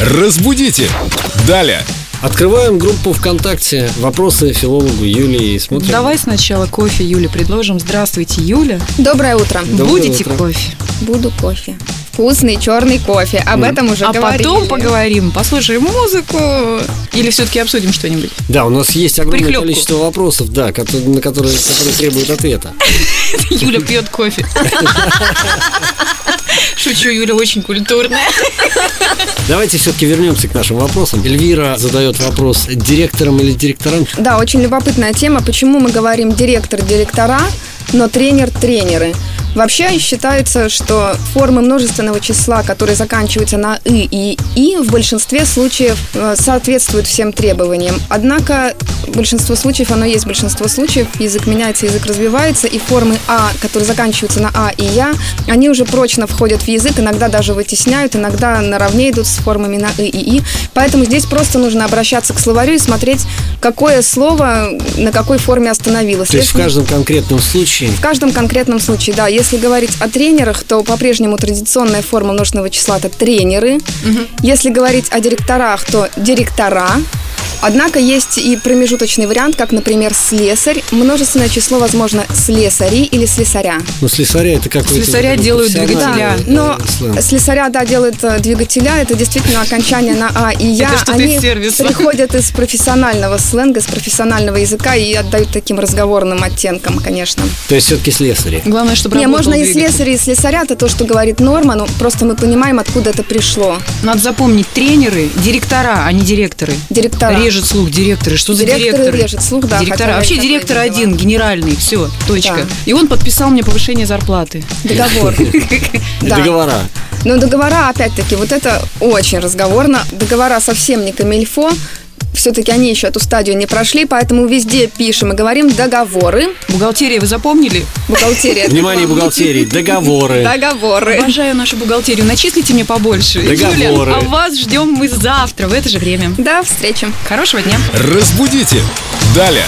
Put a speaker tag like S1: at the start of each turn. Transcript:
S1: Разбудите! Далее!
S2: Открываем группу ВКонтакте. Вопросы филологу Юлии и смотрим.
S3: Давай сначала кофе Юле предложим. Здравствуйте, Юля.
S4: Доброе утро.
S2: Доброе
S3: Будете
S2: утро.
S3: кофе?
S4: Буду кофе. Вкусный черный кофе. Об этом уже
S3: а
S4: говорили.
S3: потом поговорим, послушаем музыку или все-таки обсудим что-нибудь.
S2: Да, у нас есть огромное
S3: Прихлёпку.
S2: количество вопросов, да, кото- на которые, которые требуют ответа.
S3: Юля пьет кофе. Шучу, Юля очень культурная.
S2: Давайте все-таки вернемся к нашим вопросам. Эльвира задает вопрос директором или директорам.
S4: Да, очень любопытная тема. Почему мы говорим директор-директора, но тренер-тренеры? Вообще считается, что формы множественного числа, которые заканчиваются на «и» и «и», в большинстве случаев э, соответствуют всем требованиям. Однако большинство случаев, оно есть большинство случаев, язык меняется, язык развивается, и формы «а», которые заканчиваются на «а» и «я», они уже прочно входят в язык, иногда даже вытесняют, иногда наравне идут с формами на «и» и «и». Поэтому здесь просто нужно обращаться к словарю и смотреть, какое слово на какой форме остановилось.
S2: То есть в
S4: Если-
S2: каждом конкретном случае
S4: в каждом конкретном случае, да. Если говорить о тренерах, то по-прежнему традиционная форма множественного числа – это тренеры. Если говорить о директорах, то директора. Однако есть и промежуточный вариант, как, например, слесарь. Множественное число, возможно, слесари или слесаря.
S2: Ну, слесаря это какой-то...
S3: Слесаря
S2: такой
S3: делают
S2: профессиональный,
S3: двигателя.
S2: э,
S4: Но
S2: сленг.
S4: слесаря, да, делают э, двигателя. Это действительно окончание на А и Я.
S3: Это что-то из
S4: Они
S3: сервиса.
S4: приходят из профессионального сленга, из профессионального языка и отдают таким разговорным оттенкам, конечно.
S2: То есть все-таки слесари.
S3: Главное, чтобы
S4: Не,
S3: работал
S4: можно и
S3: двигатель.
S4: слесаря, и слесаря, это то, что говорит Норма, но просто мы понимаем, откуда это пришло.
S3: Надо запомнить, тренеры, директора, а не директоры.
S4: Директора.
S3: Режет слух директоры. Что за
S4: Директоры
S3: директоры?
S4: режет слух, да,
S3: Директора.
S4: хотя я
S3: Вообще
S4: и
S3: директор
S4: такое видела.
S3: один, генеральный, все, точка.
S4: Да.
S3: И он подписал мне повышение зарплаты.
S4: Договор.
S2: И
S4: Да.
S2: Договора.
S4: Но договора, опять-таки, вот это очень разговорно. Договора совсем не камильфо. Все-таки они еще эту стадию не прошли, поэтому везде пишем и говорим договоры.
S3: Бухгалтерия вы запомнили?
S4: Бухгалтерия.
S2: Внимание бухгалтерии. Договоры.
S4: Договоры.
S3: Обожаю нашу бухгалтерию. Начислите мне побольше.
S2: Договоры.
S3: Юля, а вас ждем мы завтра в это же время.
S4: До встречи.
S3: Хорошего дня.
S1: Разбудите! Далее!